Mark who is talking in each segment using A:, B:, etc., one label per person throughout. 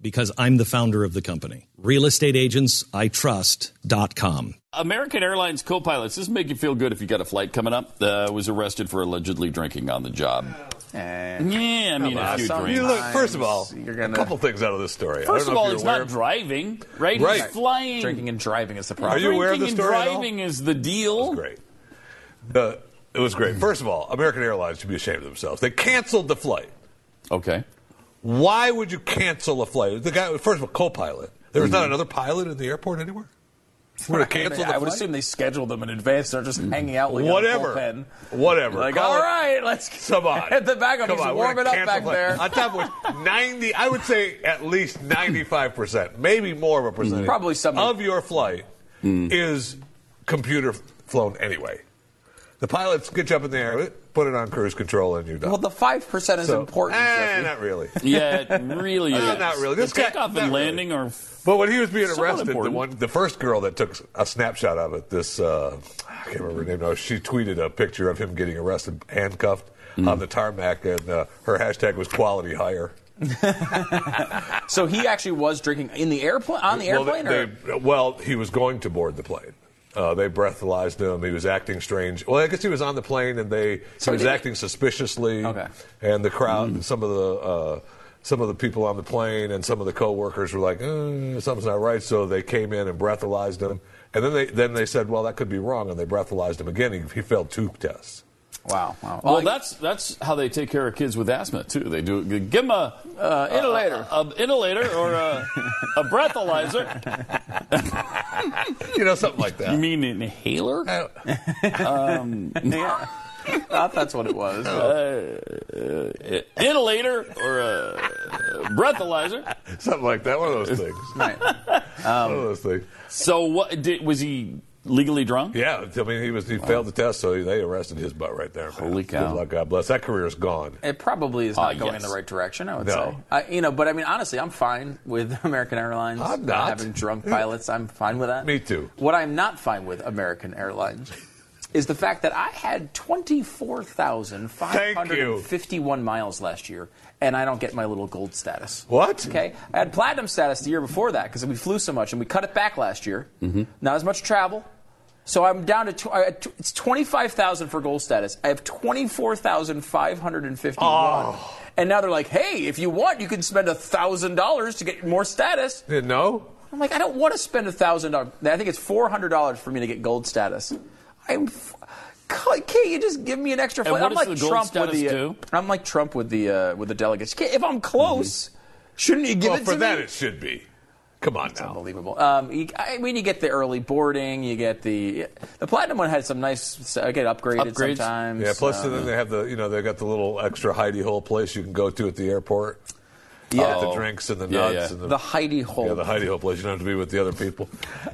A: Because I'm the founder of the company. RealestateAgentsITrust.com.
B: American Airlines co pilots, this make you feel good if you got a flight coming up, uh, was arrested for allegedly drinking on the job. yeah, I mean, a few
C: some-
B: drinks.
C: You look, first of all,
D: You're gonna-
C: a couple things out of this story. I
B: First
C: don't
B: of
C: know
B: all,
C: if
B: it's
C: you're aware
B: not
C: of-
B: driving, right?
C: Right.
B: He's flying.
D: Drinking and driving is the
C: Are
D: problem.
C: you aware of the
B: Drinking
C: story
B: and
C: at all?
B: driving is the deal.
C: great. The, it was great. First of all, American Airlines should be ashamed of themselves. They canceled the flight.
B: Okay.
C: Why would you cancel a flight? The guy, first of all, co-pilot. There was not another pilot in the airport anywhere. We're gonna cancel the
D: I would
C: flight?
D: assume they scheduled them in advance. They're just hanging out like
C: Whatever.
D: A bullpen.
C: Whatever.
D: Like,
C: Call
D: all
C: it-
D: right, let's
C: Come on.
D: At the back of
C: Come
D: us,
C: on, we're
D: warm it
C: gonna
D: up
C: cancel
D: back
C: flight.
D: there.
C: On top of which, 90, I would say at least 95%, maybe more of a percentage.
D: Probably some-
C: Of your flight is computer flown anyway. The pilots get you up in the air, put it on cruise control, and you're done.
D: Well, the five percent is
C: So-
D: important.
C: Eh,
D: Jeffy.
C: not really.
B: Yeah, it really
C: No,
B: is.
C: not really.
B: The
C: This guy-
B: takeoff
C: not
B: and
C: really.
B: landing are
C: But when he was being
B: Somewhat
C: arrested, the
B: important.
C: one, the first girl that took a snapshot of it, this uh, I can't remember her name now. She tweeted a picture of him getting arrested, handcuffed
D: Mm.
C: on the tarmac, and uh, her hashtag was quality higher.
D: So he actually was drinking in the airplane on the airplane,
C: well,
D: or
C: they- well, he was going to board the plane. Uh, they breathalyzed him. He was acting strange. Well, I guess he was on the plane, and they
D: So
C: he was
D: they-
C: acting suspiciously.
D: Okay.
C: And the crowd, some of the uh, some of the people on the plane, and some of the coworkers were like, "Uh, "Something's not right." So they came in and breathalyzed him, and then they then they said, "Well, that could be wrong," and they breathalyzed him again. He, he failed two tests.
D: wow, wow.
B: Well, that's that's how they take care of kids with asthma too. They do they give them a uh,
D: inhalator.
B: a, a inhalator or a, a breathalyzer.
C: You know, something like
B: You
C: that.
B: mean inhaler?
C: I don't-
D: yeah. I thought that's what it was.
C: Oh,
B: Inhalator or a breathalyzer?
C: something like that. One of those things.
D: Right.
C: One of those things.
B: So what did was he legally drunk?
C: Yeah, I mean, he was he failed the test, so they arrested his butt right there. man.
B: Holy cow.
C: Good luck, God bless. That career is gone.
D: It probably is not
B: Uh,
D: going
B: yes.
D: in the right direction. I would
C: No.
D: say, I, you know, but I mean, honestly, I'm fine with American Airlines
C: I'm not.
D: having drunk pilots. I'm fine with that.
C: Me too.
D: What I'm not fine with American Airlines is the fact that I had 24,551 miles last year, and I don't get my little gold status.
C: What?
D: Okay, I had platinum status the year before that because we flew so much, and we cut it back last year. Mm-hmm. Not as much travel. So I'm down to tw- I- it's 25,000 for gold status. I have 24,551. And now they're like, "Hey, if you want, you can spend $1,000 to get more status."
C: Didn't know?
D: I'm like, "I don't want to spend $1,000. I think it's $400 for me to get gold status." I'm f- God, can't you just give me an extra?
B: And
D: flight?
B: what
D: I'm
B: does
D: like
B: the gold
D: Trump with
B: status
D: the. uh,
B: do?
D: I'm like Trump with the uh, with the delegates. Can't- If I'm
B: Mm-hmm.
D: close, shouldn't you give
C: well,
D: it
C: for
D: to
C: that,
D: me?
C: it should be. Come on now.
D: Unbelievable. Um, you, I mean, you get the early boarding. You get the the platinum one had some nice. I get upgraded
B: Upgrades.
D: sometimes.
C: Yeah, plus
D: Uh,
C: then they have the, you know, they got the little extra hidey hole place you can go to at the airport.
D: Oh. yeah,
C: The drinks and the
B: Oh, Yeah,
C: nuts
B: yeah.
C: and
D: the,
C: the,
D: Heidi hole.
C: yeah, the hidey hole place. You don't have to be with the other people.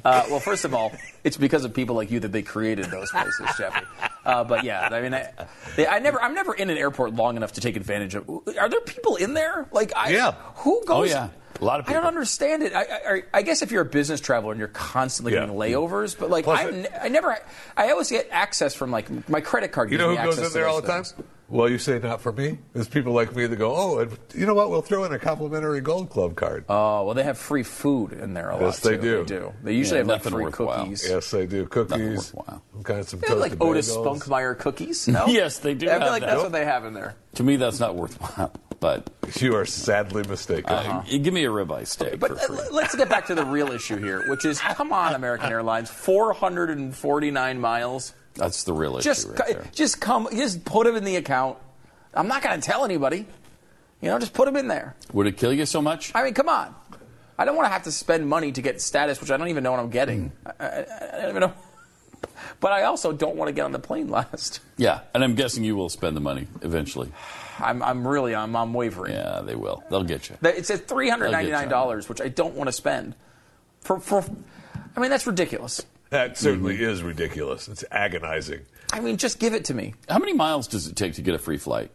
D: uh, well, first of all, it's because of people like you that they created those places, Jeffy. Uh, but yeah, I mean, I, they, I never, I'm never in an airport long enough to take advantage of. Are there people in there? Like, I,
C: Yeah.
D: who goes?
B: yeah. A lot of
D: I don't
B: people.
D: understand it. I, I, I guess if you're a business traveler and you're constantly
C: Yeah.
D: getting layovers, but like,
C: Plus
D: I,
C: it-
D: ne- I never, I always get access from like my credit card.
C: You
D: gives
C: know
D: me
C: who goes
D: access
C: in
D: to
C: there all
D: those
C: the time?
D: things.
C: Well, you say not for me. There's people like me that go, oh, and you know what? We'll throw in a complimentary Gold Club card.
D: Oh well, they have free food in there a lot.
C: Yes, they
D: too.
C: do.
D: They do. They usually
B: Yeah,
D: have like
B: nothing
D: free
B: worthwhile.
D: cookies.
C: yes, they do. Cookies.
B: worthwhile.
C: Kind of some
D: They have like
C: toasted
D: Otis
C: bagels.
D: Spunkmeyer cookies. No?
B: Yes, they do
D: I feel
B: have
D: like
B: that.
D: that's what they have in there.
B: To me, that's not worthwhile. But
C: You are sadly mistaken.
B: uh, give me a ribeye steak for
D: But
B: free.
D: uh, let's get back to the real issue here, which is come on, American Airlines, 449 miles.
B: that's the real issue.
D: Just,
B: right
D: co-
B: there.
D: just come, just put them in the account. I'm not going to tell anybody. You know, just put them in there.
B: Would it kill you so much?
D: I mean, come on. I don't want to have to spend money to get status, which I don't even know what I'm getting.
B: Hmm.
D: I, I, I don't even know. But I also don't want to get on the plane last.
B: yeah, and I'm guessing you will spend the money eventually.
D: I'm, I'm really, I'm, I'm wavering.
B: Yeah, they will. They'll get you.
D: That- It's at three hundred ninety nine dollars, which I don't want to spend. For, for, I mean, that's ridiculous.
C: That certainly is ridiculous. It's agonizing.
D: I mean, just give it to me.
B: How many miles does it take to get a free flight?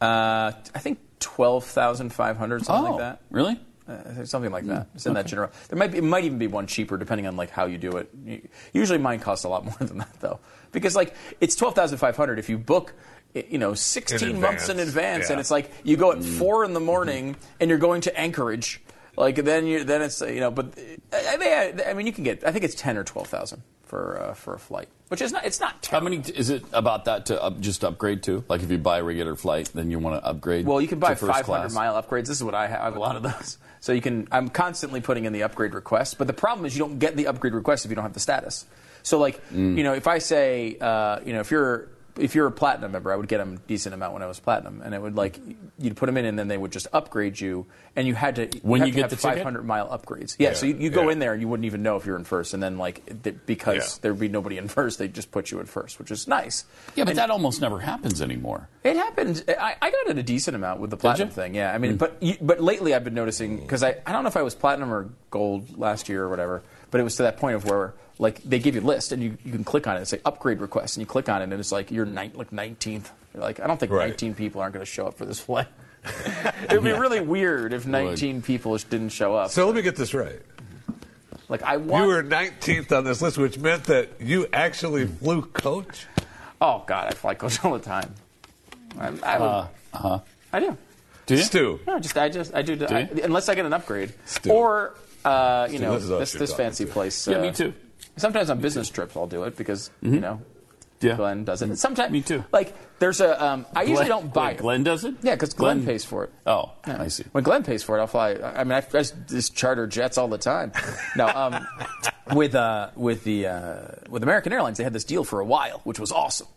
D: Uh, I think twelve thousand five hundred, something
B: oh,
D: like that.
B: really?
D: Uh, something like that. It's in that general. There might be, it might even be one cheaper depending on like how you do it. You- Usually mine costs a lot more than that though, because like it's twelve thousand five hundred if you book. i- You know, 16 months in
C: advance,
D: advance,
C: yeah.
D: and it's like you go at four in the morning, and you're going to Anchorage. Like then, you then it's uh, you know, but uh, I, I, I mean, you can get. I think it's ten or twelve thousand for uh, for a flight, which is not. It's not
B: How
D: terrible.
B: many is it about that to up, just upgrade to? Like if you buy a regular flight, then you want to upgrade.
D: Well, you can buy
B: to first
D: 500
B: class.
D: mile upgrades. This is what I have. I have a lot of those. So you can. I'm constantly putting in the upgrade request, but the problem is you don't get the upgrade request if you don't have the status. So like,
B: Mm.
D: you know, if I say, uh, you know, if you're if you're a platinum member, I would get them a decent amount when I was platinum, and it would like you'd put them in, and then they would just upgrade you, and you had to
B: When
D: you,
B: you get
D: have to
B: the
D: have
B: ticket?
D: 500 mile upgrades. Yeah, so you, you go
C: yeah.
D: in there and you wouldn't even know if you're in first, and then like th- because
C: Yeah.
D: there'd be nobody in first, they'd just put you in first, which is nice.
B: Yeah, but that almost never happens anymore.
D: It happened. I, I got it a decent amount with the platinum
B: you?
D: thing. Yeah, I
C: Hmm.
D: mean, but you, but lately I've been noticing because I, I don't know if I was platinum or gold last year or whatever, but it was to that point of where like they give you a list and you, you can click on it and say upgrade request and you click on it and it's like you're nine, like 19th. You're like I don't think
C: Right.
D: 19 people aren't going to show up for this flight. it would be really weird if 19 people didn't show up.
C: So let me get this right.
D: like I
C: You
D: want.
C: were 19th on this list, which meant that you actually flew coach.
D: oh God, I fly coach all the time. I, I, would,
C: Uh,
B: Uh,
D: I do.
B: uh-huh. Do you?
C: Stu,
D: No, just I just I do, I,
B: you?
D: unless I get an upgrade
C: Stu.
D: or uh, you know
C: this is us
D: this
C: you're
D: this
C: talking
D: fancy
C: to.
D: place.
B: Yeah,
D: uh,
B: me too.
D: Sometimes on business trips I'll do it because you know
B: Yeah. Mm-hmm.
D: Glenn does it. Sometimes
B: Me too.
D: Like there's a um, I usually
B: Glenn-
D: don't buy
B: wait,
D: it.
B: Glenn does it?
D: Yeah, because Glenn, pays for it.
B: Oh,
D: Yeah.
B: I see.
D: When Glenn pays for it, I'll fly. I I mean, I, I just, just charter jets all the time. No, um, with uh, with the uh, with American Airlines, they had this deal for a while, which was awesome.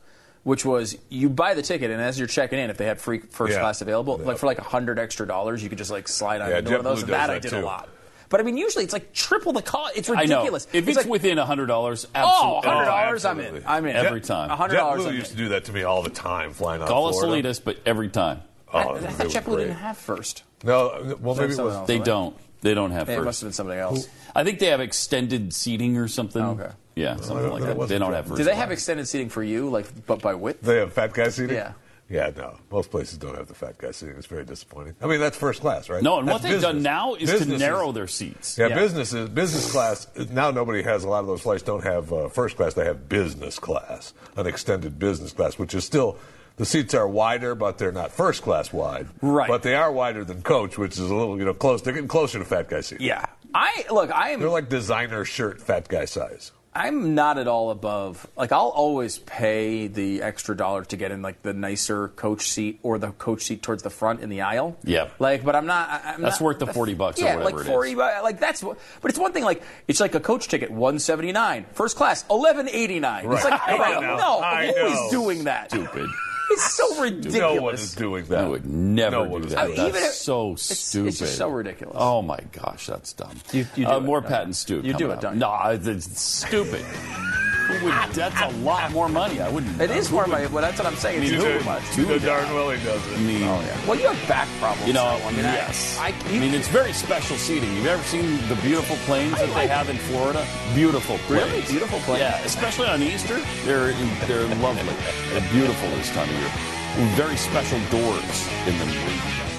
D: Which was you buy the ticket, and as you're checking in, if they had free first
C: Yeah.
D: class available,
C: Yeah.
D: like for like a hundred extra dollars, you could just like slide on
C: Yeah,
D: into one of
C: JetBlue
D: those. And
C: does
D: that, I
C: that
D: did a
C: too.
D: lot. But I mean, usually it's like triple the cost. It's
B: I know.
D: ridiculous.
B: If it's,
D: like,
B: within hundred dollars,
D: oh,
B: absolutely.
D: hundred
C: $100
D: dollars, I'm in.
C: absolutely.
D: I'm in
B: Every time.
D: hundred dollars.
C: JetBlue used to do that to me all the time, flying out
B: Call
C: of
B: us
C: Florida.
B: elitist, but every time
C: Oh,
D: I, I
C: they
D: thought
C: were
D: JetBlue
C: great.
D: didn't have first.
C: No, uh, well, maybe it
D: something
C: was.
D: else.
B: they
D: right.
B: don't. They don't have
D: It must
B: first.
D: have been somebody else.
B: I think they have extended seating or something.
D: Oh, Okay.
B: Yeah, something
C: that-
B: like
C: that
B: that. They
C: wasn't
B: don't
C: true.
B: have first.
D: Do they have
B: class.
D: extended seating for you, like, but by width?
C: They have fat guy seating?
D: Yeah.
C: Yeah, no. Most places don't have the fat guy seating. It's very disappointing. I mean, that's first class, right?
B: No, and what
C: That's
B: they've done
C: business.
B: now is to
C: Business
B: narrow their seats.
C: Yeah,
D: Yeah.
C: businesses, business class. Now nobody has a lot of those flights. Don't have uh, first class. They have business class, an extended business class, which is still the seats are wider, but they're not first class wide.
D: Right.
C: But they are wider than coach, which is a little you know close. They're getting closer to fat guy seats.
D: Yeah. I look. I
C: They're
D: am.
C: like designer shirt fat guy size.
D: I'm not at all above. Like, I'll always pay the extra dollar to get in like the nicer coach seat or the coach seat towards the front in the aisle.
B: Yeah.
D: Like, but I'm not. I- I'm
B: That's
D: not-
B: worth the
D: f-
B: 40 bucks or
D: yeah,
B: whatever
D: like
B: it is.
D: forty. bu- Like that's. what- But it's one thing. Like, it's like a coach ticket, one seventy nine, first class, eleven eighty nine. It's
C: Right.
D: like,
C: I
D: no,
C: know.
D: no,
C: I
D: who is
C: know.
D: doing that?
B: Stupid.
D: It's so ridiculous.
C: No one is doing that.
B: I would never
C: No one
B: do
C: is
B: that.
D: doing that.
B: That's
D: Even if-
B: so
D: it's- it's
B: stupid.
D: just so ridiculous.
B: Oh my gosh, that's dumb.
D: You- you do
B: uh,
D: it,
B: more
D: don't you?
B: patents do.
D: You do it, don't you?
B: No, I- it's stupid. Who would? That's a lot more money. I wouldn't.
D: It is more money. Well, that's what I'm saying. It's
B: You
D: too
B: do.
D: much.
B: You
C: No
B: do
C: darn well he does it.
B: I mean,
D: Well, you have back problems.
B: you know,
D: now. I mean, I-
B: yes.
D: I,
B: I,
D: you-
B: mean, it's very special seating. You've ever seen the beautiful planes that they have in Florida? Beautiful planes.
D: Really? Beautiful planes.
B: Yeah, especially on Easter. They're they're lovely. They're beautiful this time of year. Very special doors in them.